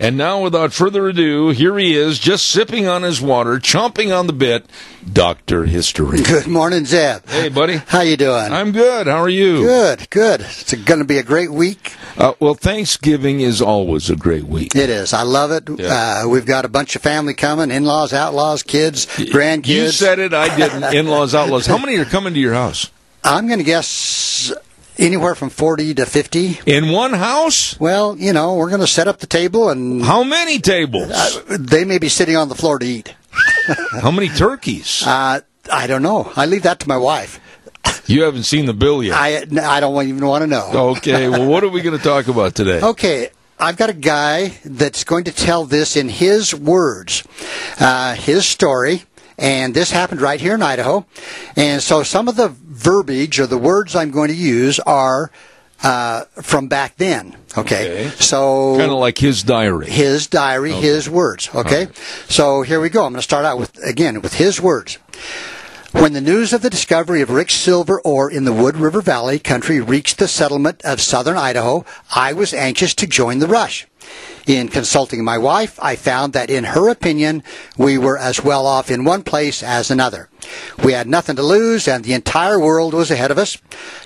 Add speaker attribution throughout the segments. Speaker 1: And now, without further ado, here he is, just sipping on his water, chomping on the bit, Dr. History.
Speaker 2: Good morning, Zeb.
Speaker 1: Hey, buddy.
Speaker 2: How you doing?
Speaker 1: I'm good. How are you?
Speaker 2: Good, good. It's going to be a great week.
Speaker 1: Uh, well, Thanksgiving is always a great week.
Speaker 2: It is. I love it.
Speaker 1: Yeah.
Speaker 2: Uh, we've got a bunch of family coming: in-laws, outlaws, kids, grandkids.
Speaker 1: You said it. I didn't. In-laws, outlaws. How many are coming to your house?
Speaker 2: I'm going to guess anywhere from forty to fifty.
Speaker 1: In one house?
Speaker 2: Well, you know, we're going to set up the table, and uh,
Speaker 1: How many tables?
Speaker 2: they may be sitting on the floor to eat.
Speaker 1: How many turkeys?
Speaker 2: Uh, I don't know. I leave that to my wife.
Speaker 1: You haven't seen the bill yet.
Speaker 2: I I don't even want to know.
Speaker 1: okay. Well, what are we going to talk about today?
Speaker 2: Okay, I've got a guy that's going to tell this in his words, uh, his story, and this happened right here in Idaho. And so some of the verbiage or the words I'm going to use are uh, from back then. Okay,
Speaker 1: Okay.
Speaker 2: so
Speaker 1: Kind of like his diary.
Speaker 2: his diary, his words. Okay? So here we go. I'm going to start out with, again, with his words. When the news of the discovery of rich silver ore in the Wood River Valley country reached the settlement of southern Idaho, I was anxious to join the rush. In consulting my wife, I found that in her opinion, we were as well off in one place as another. We had nothing to lose and the entire world was ahead of us.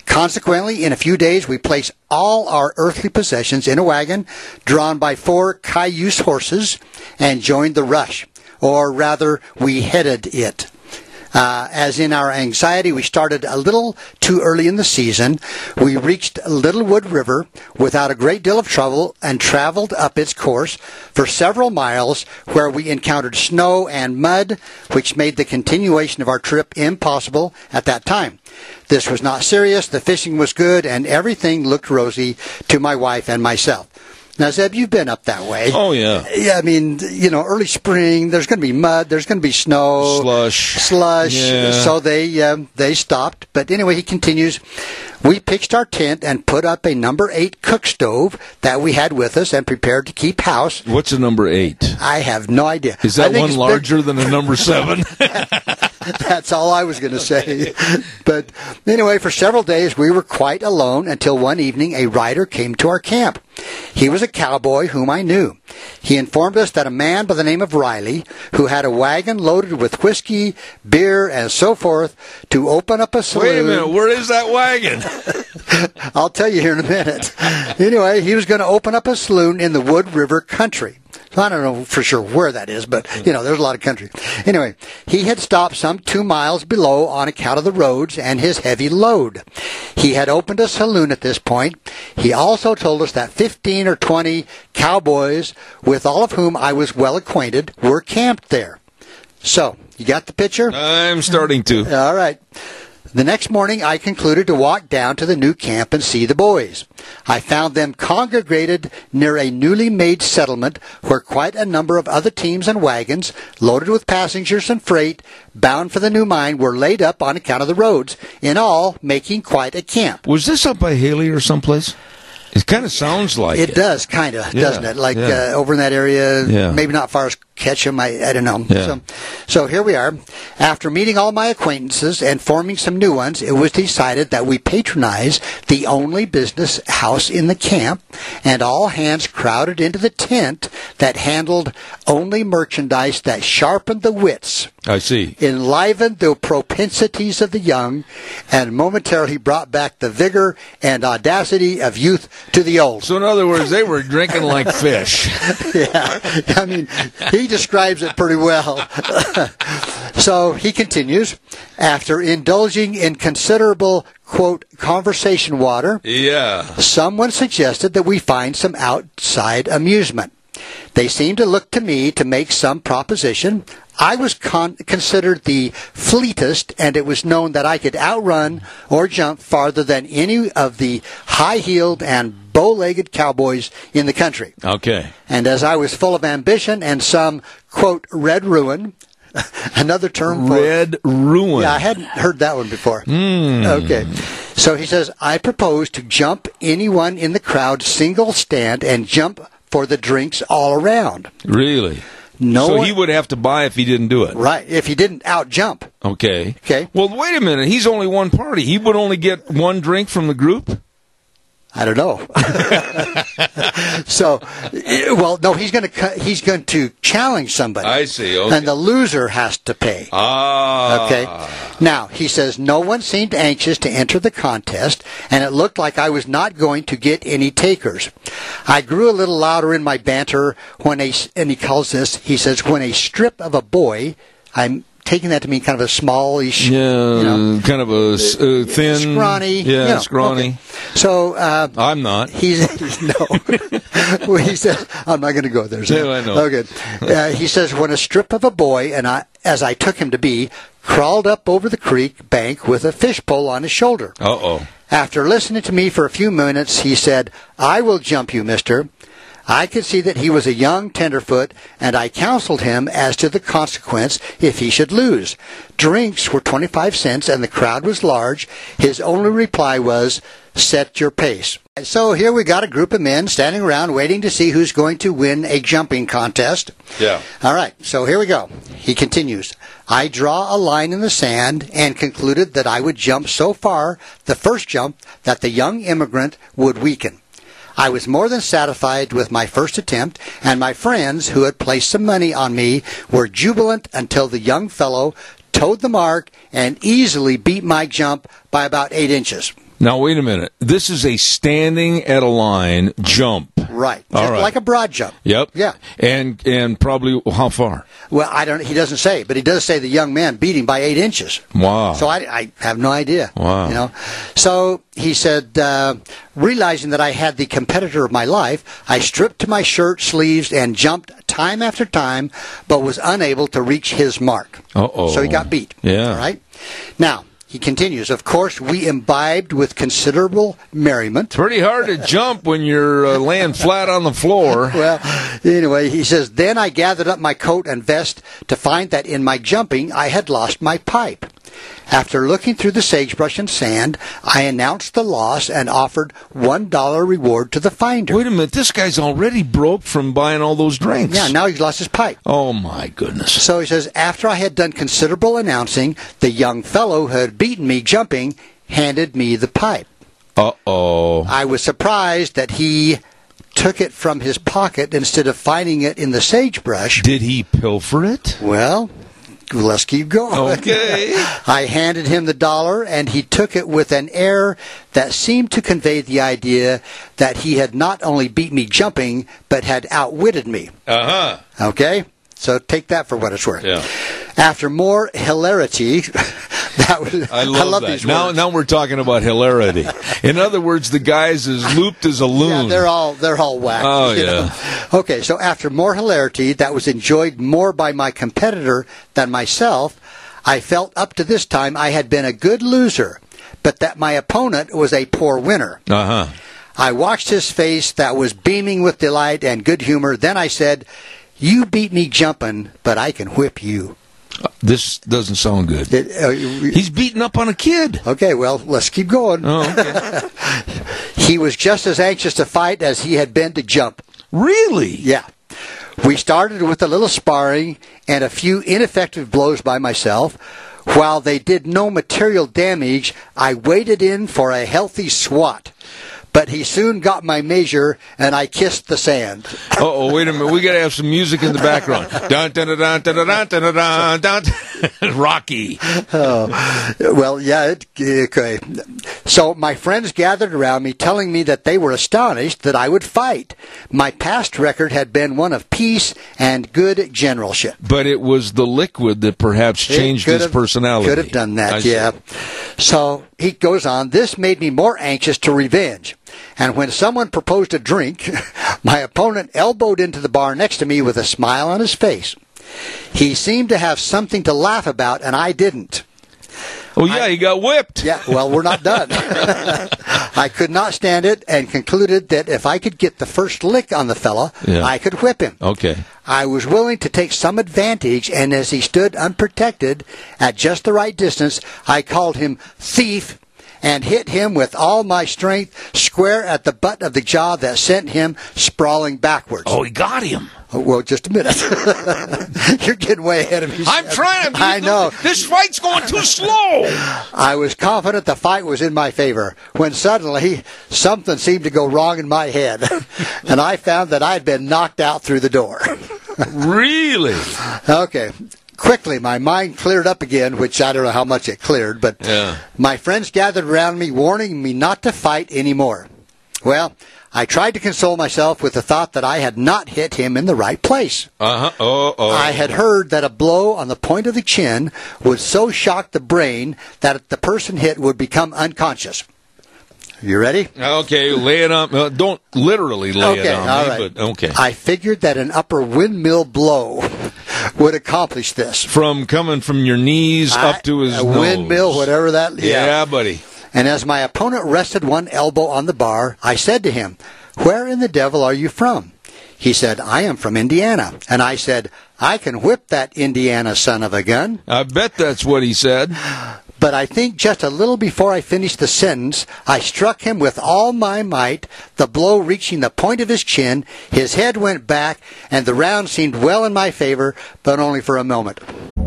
Speaker 2: Consequently, in a few days, we placed all our earthly possessions in a wagon drawn by four cayuse horses and joined the rush, or rather, we headed it. Uh, as in our anxiety, we started a little too early in the season. We reached Littlewood River without a great deal of trouble and traveled up its course for several miles where we encountered snow and mud, which made the continuation of our trip impossible at that time. This was not serious, the fishing was good, and everything looked rosy to my wife and myself. Now, Zeb, you've been up that way.
Speaker 1: Oh, yeah.
Speaker 2: Yeah, I mean, you know, early spring, there's going to be mud, there's going to be snow,
Speaker 1: Slush.
Speaker 2: slush.
Speaker 1: Yeah.
Speaker 2: So they um, they stopped. But anyway, he continues. We pitched our tent and put up a number eight cook stove that we had with us and prepared to keep house.
Speaker 1: What's a number eight?
Speaker 2: I have no idea.
Speaker 1: Is
Speaker 2: I
Speaker 1: that
Speaker 2: think
Speaker 1: one
Speaker 2: it's been-
Speaker 1: larger than a number seven?
Speaker 2: That's all I was going to say. But anyway, for several days we were quite alone until one evening a rider came to our camp. He was a cowboy whom I knew. He informed us that a man by the name of Riley, who had a wagon loaded with whiskey, beer, and so forth, to open up a saloon.
Speaker 1: Wait a minute. Where is that wagon?
Speaker 2: I'll tell you here in a minute. anyway, he was going to open up a saloon in the Wood River country. So I don't know for sure where that is, but you know, there's a lot of country. Anyway, he had stopped some two miles below on account of the roads and his heavy load. He had opened a saloon at this point. He also told us that 15 or 20 cowboys, with all of whom I was well acquainted, were camped there. So, you got the picture?
Speaker 1: I'm starting to.
Speaker 2: All right. The next morning, I concluded to walk down to the new camp and see the boys. I found them congregated near a newly made settlement where quite a number of other teams and wagons, loaded with passengers and freight, bound for the new mine, were laid up on account of the roads, in all making quite a camp.
Speaker 1: Was this up by Haley or someplace? It kind of sounds like
Speaker 2: It
Speaker 1: it.
Speaker 2: does, kind of,
Speaker 1: Yeah,
Speaker 2: doesn't it? Like
Speaker 1: yeah.
Speaker 2: uh, over in that area,
Speaker 1: Yeah.
Speaker 2: maybe not far as Ketchum, I, I don't know.
Speaker 1: Yeah.
Speaker 2: So, so here we are. After meeting all my acquaintances and forming some new ones, it was decided that we patronize the only business house in the camp, and all hands crowded into the tent that handled only merchandise that sharpened the wits
Speaker 1: I see.
Speaker 2: enlivened the propensities of the young, and momentarily brought back the vigor and audacity of youth to the old.
Speaker 1: So, in other words, they were drinking like fish.
Speaker 2: Yeah, I mean, he describes it pretty well. so he continues after indulging in considerable, quote, conversation water.
Speaker 1: Yeah.
Speaker 2: Someone suggested that we find some outside amusement. They seemed to look to me to make some proposition. I was con- considered the fleetest, and it was known that I could outrun or jump farther than any of the high heeled and bow legged cowboys in the country.
Speaker 1: Okay.
Speaker 2: And as I was full of ambition and some, quote, red ruin, another term for
Speaker 1: Red ruin. Hmm.
Speaker 2: yeah, I hadn't heard that one before. Okay. So he says, I propose to jump anyone in the crowd single stand and jump for the drinks all around.
Speaker 1: Really?
Speaker 2: No
Speaker 1: so
Speaker 2: one-
Speaker 1: he would have to buy if he didn't do it.
Speaker 2: Right. If he didn't out jump.
Speaker 1: Okay.
Speaker 2: Okay.
Speaker 1: Well, wait a minute. He's only one party. He would only get one drink from the group.
Speaker 2: I don't know. so, eh, well, no, he's going to he's going to challenge somebody.
Speaker 1: I see, okay.
Speaker 2: And the loser has to pay.
Speaker 1: Ah.
Speaker 2: Okay. Now, he says, no one seemed anxious to enter the contest, and it looked like I was not going to get any takers. I grew a little louder in my banter when a, and he calls this, he says, when a strip of a boy, I'm taking that to mean kind of a smallish,
Speaker 1: Yeah.
Speaker 2: you know,
Speaker 1: kind of a s- uh, thin,
Speaker 2: scrawny.
Speaker 1: Yeah,
Speaker 2: you know,
Speaker 1: scrawny.
Speaker 2: okay. So, uh,
Speaker 1: I'm not.
Speaker 2: He's no. Well, he says, "I'm not going to go there." Sam.
Speaker 1: No, I know.
Speaker 2: Okay. Uh, he says, "When a strip of a boy and I, as I took him to be, crawled up over the creek bank with a fishpole on his shoulder.
Speaker 1: Uh oh.
Speaker 2: After listening to me for a few minutes, he said, "I will jump you, Mister." I could see that he was a young tenderfoot, and I counseled him as to the consequence if he should lose. Drinks were 25 cents, and the crowd was large. His only reply was, Set your pace. So here we got a group of men standing around waiting to see who's going to win a jumping contest.
Speaker 1: Yeah.
Speaker 2: All right, so here we go. He continues. I draw a line in the sand and concluded that I would jump so far, the first jump, that the young immigrant would weaken. I was more than satisfied with my first attempt, and my friends, who had placed some money on me, were jubilant until the young fellow towed the mark and easily beat my jump by about eight inches.
Speaker 1: Now wait a minute. This is a standing at a line jump.
Speaker 2: Right.
Speaker 1: All
Speaker 2: Just
Speaker 1: right.
Speaker 2: Like a broad jump.
Speaker 1: Yep.
Speaker 2: Yeah.
Speaker 1: And and probably how far?
Speaker 2: Well, I don't. He doesn't say, but he does say the young man beat him by eight inches.
Speaker 1: Wow.
Speaker 2: So I, I have no idea.
Speaker 1: Wow.
Speaker 2: You know. So he said, uh, realizing that I had the competitor of my life, I stripped to my shirt sleeves and jumped time after time, but was unable to reach his mark.
Speaker 1: Uh-oh.
Speaker 2: So he got beat.
Speaker 1: Yeah.
Speaker 2: All right. Now he continues. Of course, we imbibed with considerable merriment.
Speaker 1: Pretty hard to jump when you're uh, laying flat on the floor.
Speaker 2: Well, anyway, he says, Then I gathered up my coat and vest to find that in my jumping I had lost my pipe. After looking through the sagebrush and sand, I announced the loss and offered one dollar reward to the finder.
Speaker 1: Wait a minute. This guy's already broke from buying all those drinks.
Speaker 2: Yeah, now he's lost his pipe.
Speaker 1: Oh my goodness.
Speaker 2: So he says, After I had done considerable announcing, the young fellow who had beaten me jumping handed me the pipe.
Speaker 1: Uh oh.
Speaker 2: I was surprised that he took it from his pocket instead of finding it in the sagebrush.
Speaker 1: Did he pilfer it?
Speaker 2: Well, let's keep going.
Speaker 1: Okay.
Speaker 2: I handed him the dollar, and he took it with an air that seemed to convey the idea that he had not only beat me jumping, but had outwitted me.
Speaker 1: Uh huh.
Speaker 2: Okay? So take that for what it's worth.
Speaker 1: Yeah.
Speaker 2: After more hilarity, that was,
Speaker 1: I love, that.
Speaker 2: these
Speaker 1: now,
Speaker 2: words.
Speaker 1: now we're talking about hilarity. In other words, the guy's as looped as a loon.
Speaker 2: Yeah, they're all they're all whacked.
Speaker 1: Oh,
Speaker 2: you know? Okay, so after more hilarity that was enjoyed more by my competitor than myself, I felt up to this time I had been a good loser, but that my opponent was a poor winner.
Speaker 1: uh huh.
Speaker 2: I watched his face that was beaming with delight and good humor. Then I said, "You beat me jumping, but I can whip you."
Speaker 1: This doesn't sound good.
Speaker 2: Did- uh,
Speaker 1: He's beating up on a kid.
Speaker 2: Okay, well, let's keep going.
Speaker 1: Oh, okay.
Speaker 2: He was just as anxious to fight as he had been to jump.
Speaker 1: really?
Speaker 2: Yeah. We started with a little sparring and a few ineffective blows by myself. While they did no material damage, I waited in for a healthy swat. But he soon got my measure and I kissed the sand.
Speaker 1: Oh, wait a minute. We got to have some music in the background. Dun, dun, dun, dun, dun, dun, dun, dun, dun, dun. Rocky.
Speaker 2: Well, yeah, it, okay. So my friends gathered around me, telling me that they were astonished that I would fight. My past record had been one of peace and good generalship.
Speaker 1: But it was the liquid that perhaps
Speaker 2: It
Speaker 1: changed
Speaker 2: could
Speaker 1: his
Speaker 2: have-
Speaker 1: personality.
Speaker 2: Could have done that,
Speaker 1: I see.
Speaker 2: yeah. So he goes on, this made me more anxious to revenge. And when someone proposed a drink, my opponent elbowed into the bar next to me with a smile on his face. He seemed to have something to laugh about, and I didn't.
Speaker 1: Oh yeah, he got whipped.
Speaker 2: Yeah, well, we're not done. I could not stand it and concluded that if I could get the first lick on the fella,
Speaker 1: Yeah.
Speaker 2: I could whip him.
Speaker 1: Okay.
Speaker 2: I was willing to take some advantage, and as he stood unprotected at just the right distance, I called him thief and hit him with all my strength square at the butt of the jaw that sent him sprawling backwards.
Speaker 1: Oh, he got him.
Speaker 2: Oh, Well, just a minute. You're getting way ahead of me.
Speaker 1: I'm
Speaker 2: Seth.
Speaker 1: trying. to-
Speaker 2: I know.
Speaker 1: This fight's going too slow.
Speaker 2: I was confident the fight was in my favor when suddenly something seemed to go wrong in my head, and I found that I'd been knocked out through the door.
Speaker 1: really?
Speaker 2: Okay. Quickly, my mind cleared up again, which I don't know how much it cleared, but
Speaker 1: Yeah.
Speaker 2: my friends gathered around me, warning me not to fight anymore. Well, I tried to console myself with the thought that I had not hit him in the right place.
Speaker 1: Uh huh. Oh oh.
Speaker 2: I had heard that a blow on the point of the chin would so shock the brain that the person hit would become unconscious. You ready?
Speaker 1: Okay, lay it on. Uh, don't literally lay it
Speaker 2: Okay,
Speaker 1: on
Speaker 2: all
Speaker 1: me,
Speaker 2: right.
Speaker 1: but okay.
Speaker 2: I figured that an upper windmill blow would accomplish this.
Speaker 1: from coming from your knees up to his
Speaker 2: a windmill,
Speaker 1: nose.
Speaker 2: whatever that.
Speaker 1: Yeah. buddy.
Speaker 2: And as my opponent rested one elbow on the bar, I said to him, Where in the devil are you from? He said, I am from Indiana. And I said, I can whip that Indiana son of a gun.
Speaker 1: I bet that's what he said.
Speaker 2: But I think just a little before I finished the sentence, I struck him with all my might, the blow reaching the point of his chin. His head went back, and the round seemed well in my favor, but only for a moment.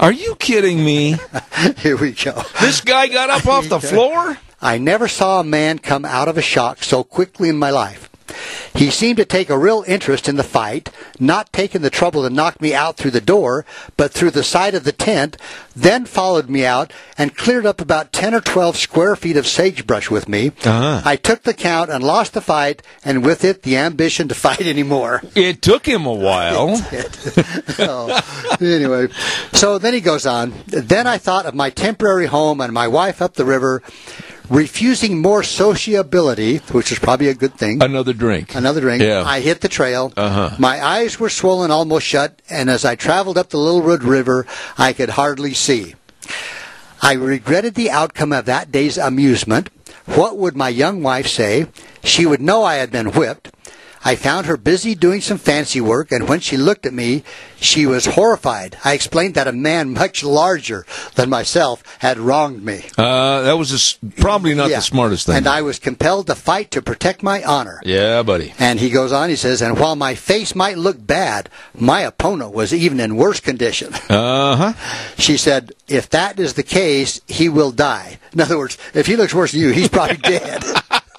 Speaker 1: Are you kidding me?
Speaker 2: Here we go.
Speaker 1: This guy got up off the floor?
Speaker 2: I never saw a man come out of a shock so quickly in my life. He seemed to take a real interest in the fight, not taking the trouble to knock me out through the door, but through the side of the tent, then followed me out and cleared up about 10 or 12 square feet of sagebrush with me.
Speaker 1: Uh-huh.
Speaker 2: I took the count and lost the fight, and with it, the ambition to fight anymore.
Speaker 1: It took him a while.
Speaker 2: Oh, anyway, so then he goes on. Then I thought of my temporary home and my wife up the river, refusing more sociability, which is probably a good thing.
Speaker 1: Another drink.
Speaker 2: Another drink.
Speaker 1: Yeah. Uh-huh.
Speaker 2: I hit the trail. My eyes were swollen almost shut, and as I traveled up the Little Red River, I could hardly see. I regretted the outcome of that day's amusement. What would my young wife say? She would know I had been whipped. I found her busy doing some fancy work, and when she looked at me, she was horrified. I explained that a man much larger than myself had wronged me.
Speaker 1: Uh, that was a s probably not
Speaker 2: Yeah.
Speaker 1: the smartest thing.
Speaker 2: And I was compelled to fight to protect my honor.
Speaker 1: yeah, buddy.
Speaker 2: And he goes on, he says, and while my face might look bad, my opponent was even in worse condition.
Speaker 1: Uh huh.
Speaker 2: She said, if that is the case, he will die. In other words, if he looks worse than you, he's probably dead.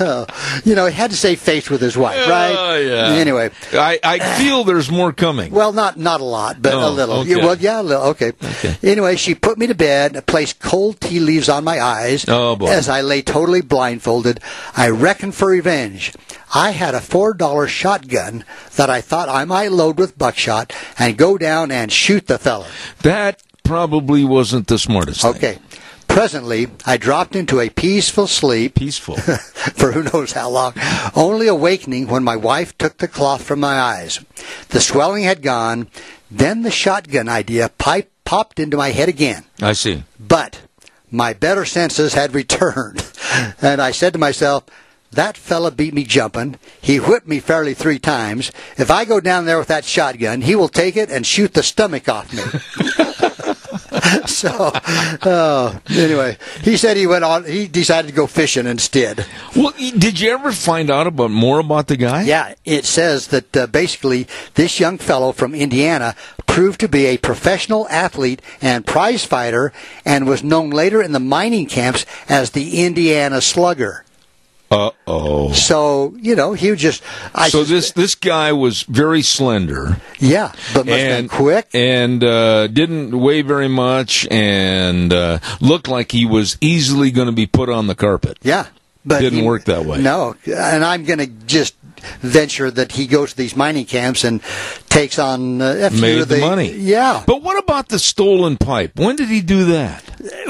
Speaker 2: Oh, you know, he had to save face with his wife, right?
Speaker 1: Oh, yeah.
Speaker 2: Anyway,
Speaker 1: I, I feel there's more coming.
Speaker 2: well, not not a lot, but
Speaker 1: No,
Speaker 2: a little.
Speaker 1: Oh, okay.
Speaker 2: Well, yeah, a little. Okay. Anyway, she put me to bed, and placed cold tea leaves on my eyes.
Speaker 1: Oh, boy.
Speaker 2: As I lay totally blindfolded, I reckoned for revenge. I had a four dollar shotgun that I thought I might load with buckshot and go down and shoot the fella.
Speaker 1: that probably wasn't the smartest thing.
Speaker 2: Okay. Presently, I dropped into a peaceful sleep
Speaker 1: Peaceful.
Speaker 2: for who knows how long, only awakening when my wife took the cloth from my eyes. The swelling had gone. Then the shotgun idea pipe popped into my head again.
Speaker 1: I see.
Speaker 2: But my better senses had returned, and I said to myself, that fella beat me jumping. He whipped me fairly three times. If I go down there with that shotgun, he will take it and shoot the stomach off me. so, oh, anyway, he said he went on. He decided to go fishing instead.
Speaker 1: Well, y- did you ever find out about more about the guy?
Speaker 2: Yeah, it says that uh, basically this young fellow from Indiana proved to be a professional athlete and prize fighter and was known later in the mining camps as the Indiana Slugger.
Speaker 1: Uh oh.
Speaker 2: So you know, he would just. I
Speaker 1: So
Speaker 2: just-
Speaker 1: this this guy was very slender
Speaker 2: yeah, but must have been
Speaker 1: and
Speaker 2: quick.
Speaker 1: and uh, didn't weigh very much and uh, looked like he was easily going to be put on the carpet.
Speaker 2: yeah, but
Speaker 1: Didn't
Speaker 2: he-
Speaker 1: work that way.
Speaker 2: No, and I'm going to just venture that he goes to these mining camps and takes on uh, a few
Speaker 1: Made
Speaker 2: of
Speaker 1: the money.
Speaker 2: Yeah,
Speaker 1: But what about the stolen pipe? When did he do that?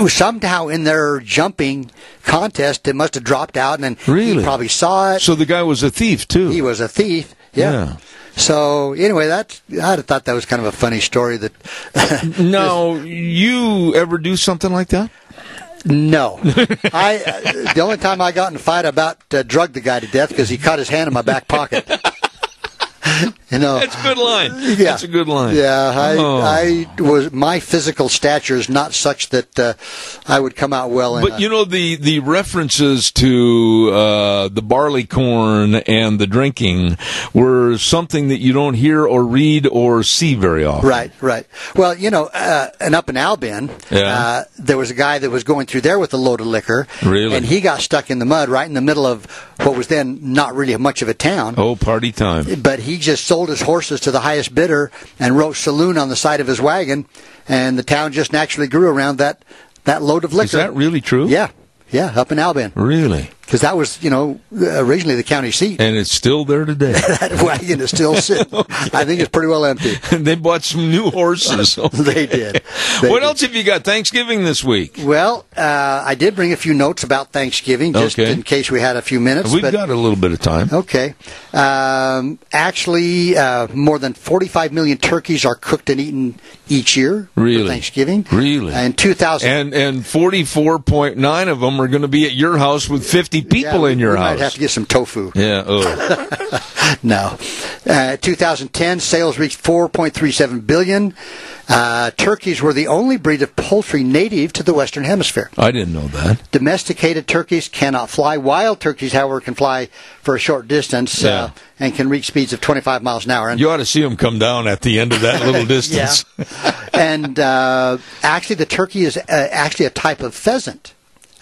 Speaker 2: somehow in their jumping contest, it must have dropped out, and then
Speaker 1: Really?
Speaker 2: he probably saw it.
Speaker 1: So the guy was a thief too.
Speaker 2: he was a thief. Yeah.
Speaker 1: Yeah.
Speaker 2: So anyway, that I'd have thought that was kind of a funny story. That
Speaker 1: Now, you ever do something like that?
Speaker 2: no, I uh, the only time I got in a fight about uh, drugged the guy to death because he caught his hand in my back pocket. you know.
Speaker 1: That's a good line. That's a good line.
Speaker 2: Yeah, I,
Speaker 1: Oh.
Speaker 2: I was my physical stature is not such that uh, I would come out well. In
Speaker 1: But
Speaker 2: a-
Speaker 1: you know the the references to uh, the barley corn and the drinking were something that you don't hear or read or see very often.
Speaker 2: Right, right. Well, you know, uh, and up in Albin,
Speaker 1: Yeah.
Speaker 2: uh, there was a guy that was going through there with a load of liquor.
Speaker 1: Really?
Speaker 2: And he got stuck in the mud right in the middle of what was then not really much of a town.
Speaker 1: Oh, party time!
Speaker 2: But he just sold his horses to the highest bidder and wrote saloon on the side of his wagon, and the town just naturally grew around that, that load of liquor.
Speaker 1: Is that really true?
Speaker 2: Yeah, yeah, up in Albin.
Speaker 1: really.
Speaker 2: Because that was, you know, originally the county seat.
Speaker 1: And it's still there today.
Speaker 2: that wagon is still sitting. I think it's pretty well empty.
Speaker 1: they bought some new horses.
Speaker 2: They did. They
Speaker 1: what
Speaker 2: did.
Speaker 1: else have you got? Thanksgiving this week.
Speaker 2: Well, uh, I did bring a few notes about Thanksgiving, just
Speaker 1: Okay.
Speaker 2: in case we had a few minutes.
Speaker 1: We've
Speaker 2: but-
Speaker 1: got a little bit of time.
Speaker 2: okay. Um, actually, uh, more than 45 million turkeys are cooked and eaten each year
Speaker 1: Really?
Speaker 2: for Thanksgiving.
Speaker 1: Really?
Speaker 2: And 2,000.
Speaker 1: And and forty four point nine of them are going to be at your house with fifty
Speaker 2: Yeah,
Speaker 1: people in your
Speaker 2: we
Speaker 1: house.
Speaker 2: might have to get some tofu.
Speaker 1: yeah. Oh.
Speaker 2: No. Uh, 2010 sales reached 4.37 billion. Uh, turkeys were the only breed of poultry native to the Western Hemisphere.
Speaker 1: I didn't know that.
Speaker 2: Domesticated turkeys cannot fly. Wild turkeys, however, can fly for a short distance
Speaker 1: Yeah.
Speaker 2: uh, and can reach speeds of 25 miles an hour. And,
Speaker 1: You ought to see them come down at the end of that little
Speaker 2: yeah.
Speaker 1: distance.
Speaker 2: and uh, actually, the turkey is uh, actually a type of pheasant.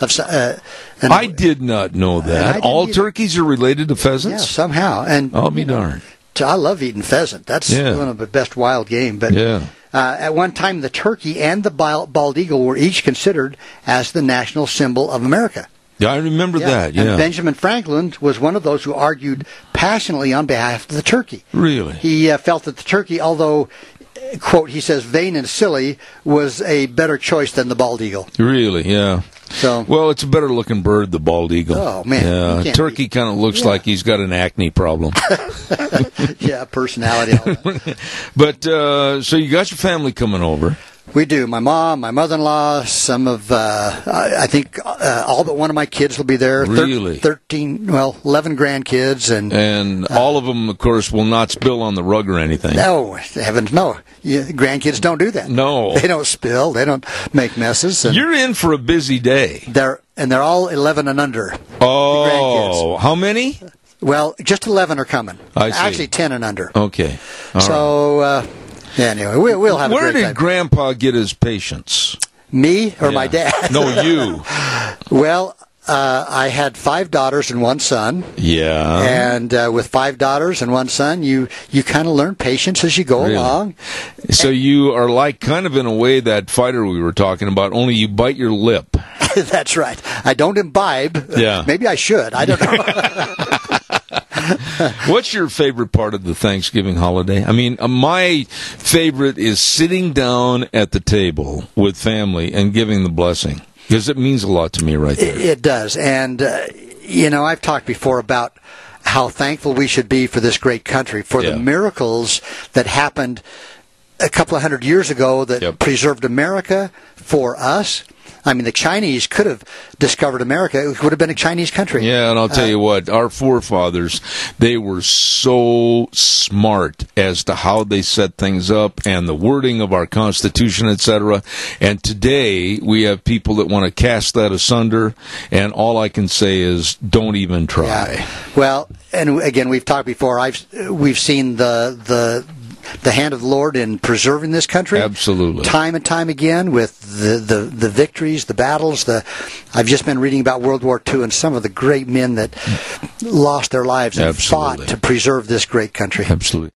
Speaker 2: Of, s- uh, and,
Speaker 1: I did not know
Speaker 2: I
Speaker 1: that.
Speaker 2: didn't
Speaker 1: All
Speaker 2: either.
Speaker 1: turkeys are related to
Speaker 2: yeah,
Speaker 1: pheasants.
Speaker 2: somehow. And
Speaker 1: I'll be darned.
Speaker 2: I love eating pheasant. That's
Speaker 1: Oh, Yeah.
Speaker 2: one of the best wild game. But
Speaker 1: Yeah.
Speaker 2: uh, at one time, the turkey and the bal- bald eagle were each considered as the national symbol of America.
Speaker 1: Yeah, I remember that.
Speaker 2: And
Speaker 1: Yeah.
Speaker 2: Benjamin Franklin was one of those who argued passionately on behalf of the turkey.
Speaker 1: Really?
Speaker 2: He uh, felt that the turkey, although, uh, quote, he says, vain and silly, was a better choice than the bald eagle.
Speaker 1: Really, yeah.
Speaker 2: So-
Speaker 1: well, it's a better looking bird, the bald eagle.
Speaker 2: Oh, man, you
Speaker 1: yeah.
Speaker 2: can't
Speaker 1: Turkey kind of looks like he's got an acne problem.
Speaker 2: yeah, personality. All that.
Speaker 1: but uh, so you got your family coming over.
Speaker 2: we do. My mom, my mother in law, some of, uh, I, I think uh, all but one of my kids will be there. Thir-
Speaker 1: Really? Eh.
Speaker 2: 13, well, 11 grandkids. And,
Speaker 1: And all of them, of course, will not spill on the rug or anything.
Speaker 2: no, heavens, no. You, grandkids don't do that.
Speaker 1: No.
Speaker 2: They don't spill, they don't make messes. And
Speaker 1: You're in for a busy day.
Speaker 2: They're and they're all eleven and under.
Speaker 1: Oh, how many?
Speaker 2: Well, just eleven are coming.
Speaker 1: I see.
Speaker 2: Actually, ten and under.
Speaker 1: Okay. All right.
Speaker 2: so uh, yeah, anyway, we, we'll have
Speaker 1: Where
Speaker 2: a great
Speaker 1: did
Speaker 2: time.
Speaker 1: Grandpa get his patience?
Speaker 2: Me or my
Speaker 1: Yeah.
Speaker 2: dad?
Speaker 1: no, you.
Speaker 2: well, uh, I had five daughters and one son.
Speaker 1: Yeah.
Speaker 2: And uh, with five daughters and one son, you, you kind of learn patience as you go
Speaker 1: Really?
Speaker 2: along.
Speaker 1: So you are like kind of in a way that fighter we were talking about, only you bite your lip.
Speaker 2: That's right. I don't imbibe.
Speaker 1: Yeah.
Speaker 2: Maybe I should. I don't know.
Speaker 1: What's your favorite part of the Thanksgiving holiday? I mean, uh, my favorite is sitting down at the table with family and giving the blessing because it means a lot to me right there.
Speaker 2: It does. And, uh, you know, I've talked before about how thankful we should be for this great country, for
Speaker 1: Yeah.
Speaker 2: the miracles that happened a couple of hundred years ago that
Speaker 1: Yep.
Speaker 2: preserved America for us. I mean, the Chinese could have discovered America. It would have been a Chinese country.
Speaker 1: Yeah, and I'll tell you what, our forefathers, they were so smart as to how they set things up and the wording of our Constitution, etc. And today we have people that want to cast that asunder, and all I can say is don't even try.
Speaker 2: Yeah. Well, and again, we've talked before. I've we've seen the the the hand of the Lord in preserving this country.
Speaker 1: Absolutely.
Speaker 2: Time and time again with the, the, the victories, the battles, the I've just been reading about World War II and some of the great men that lost their lives and
Speaker 1: Absolutely.
Speaker 2: fought to preserve this great country.
Speaker 1: Absolutely.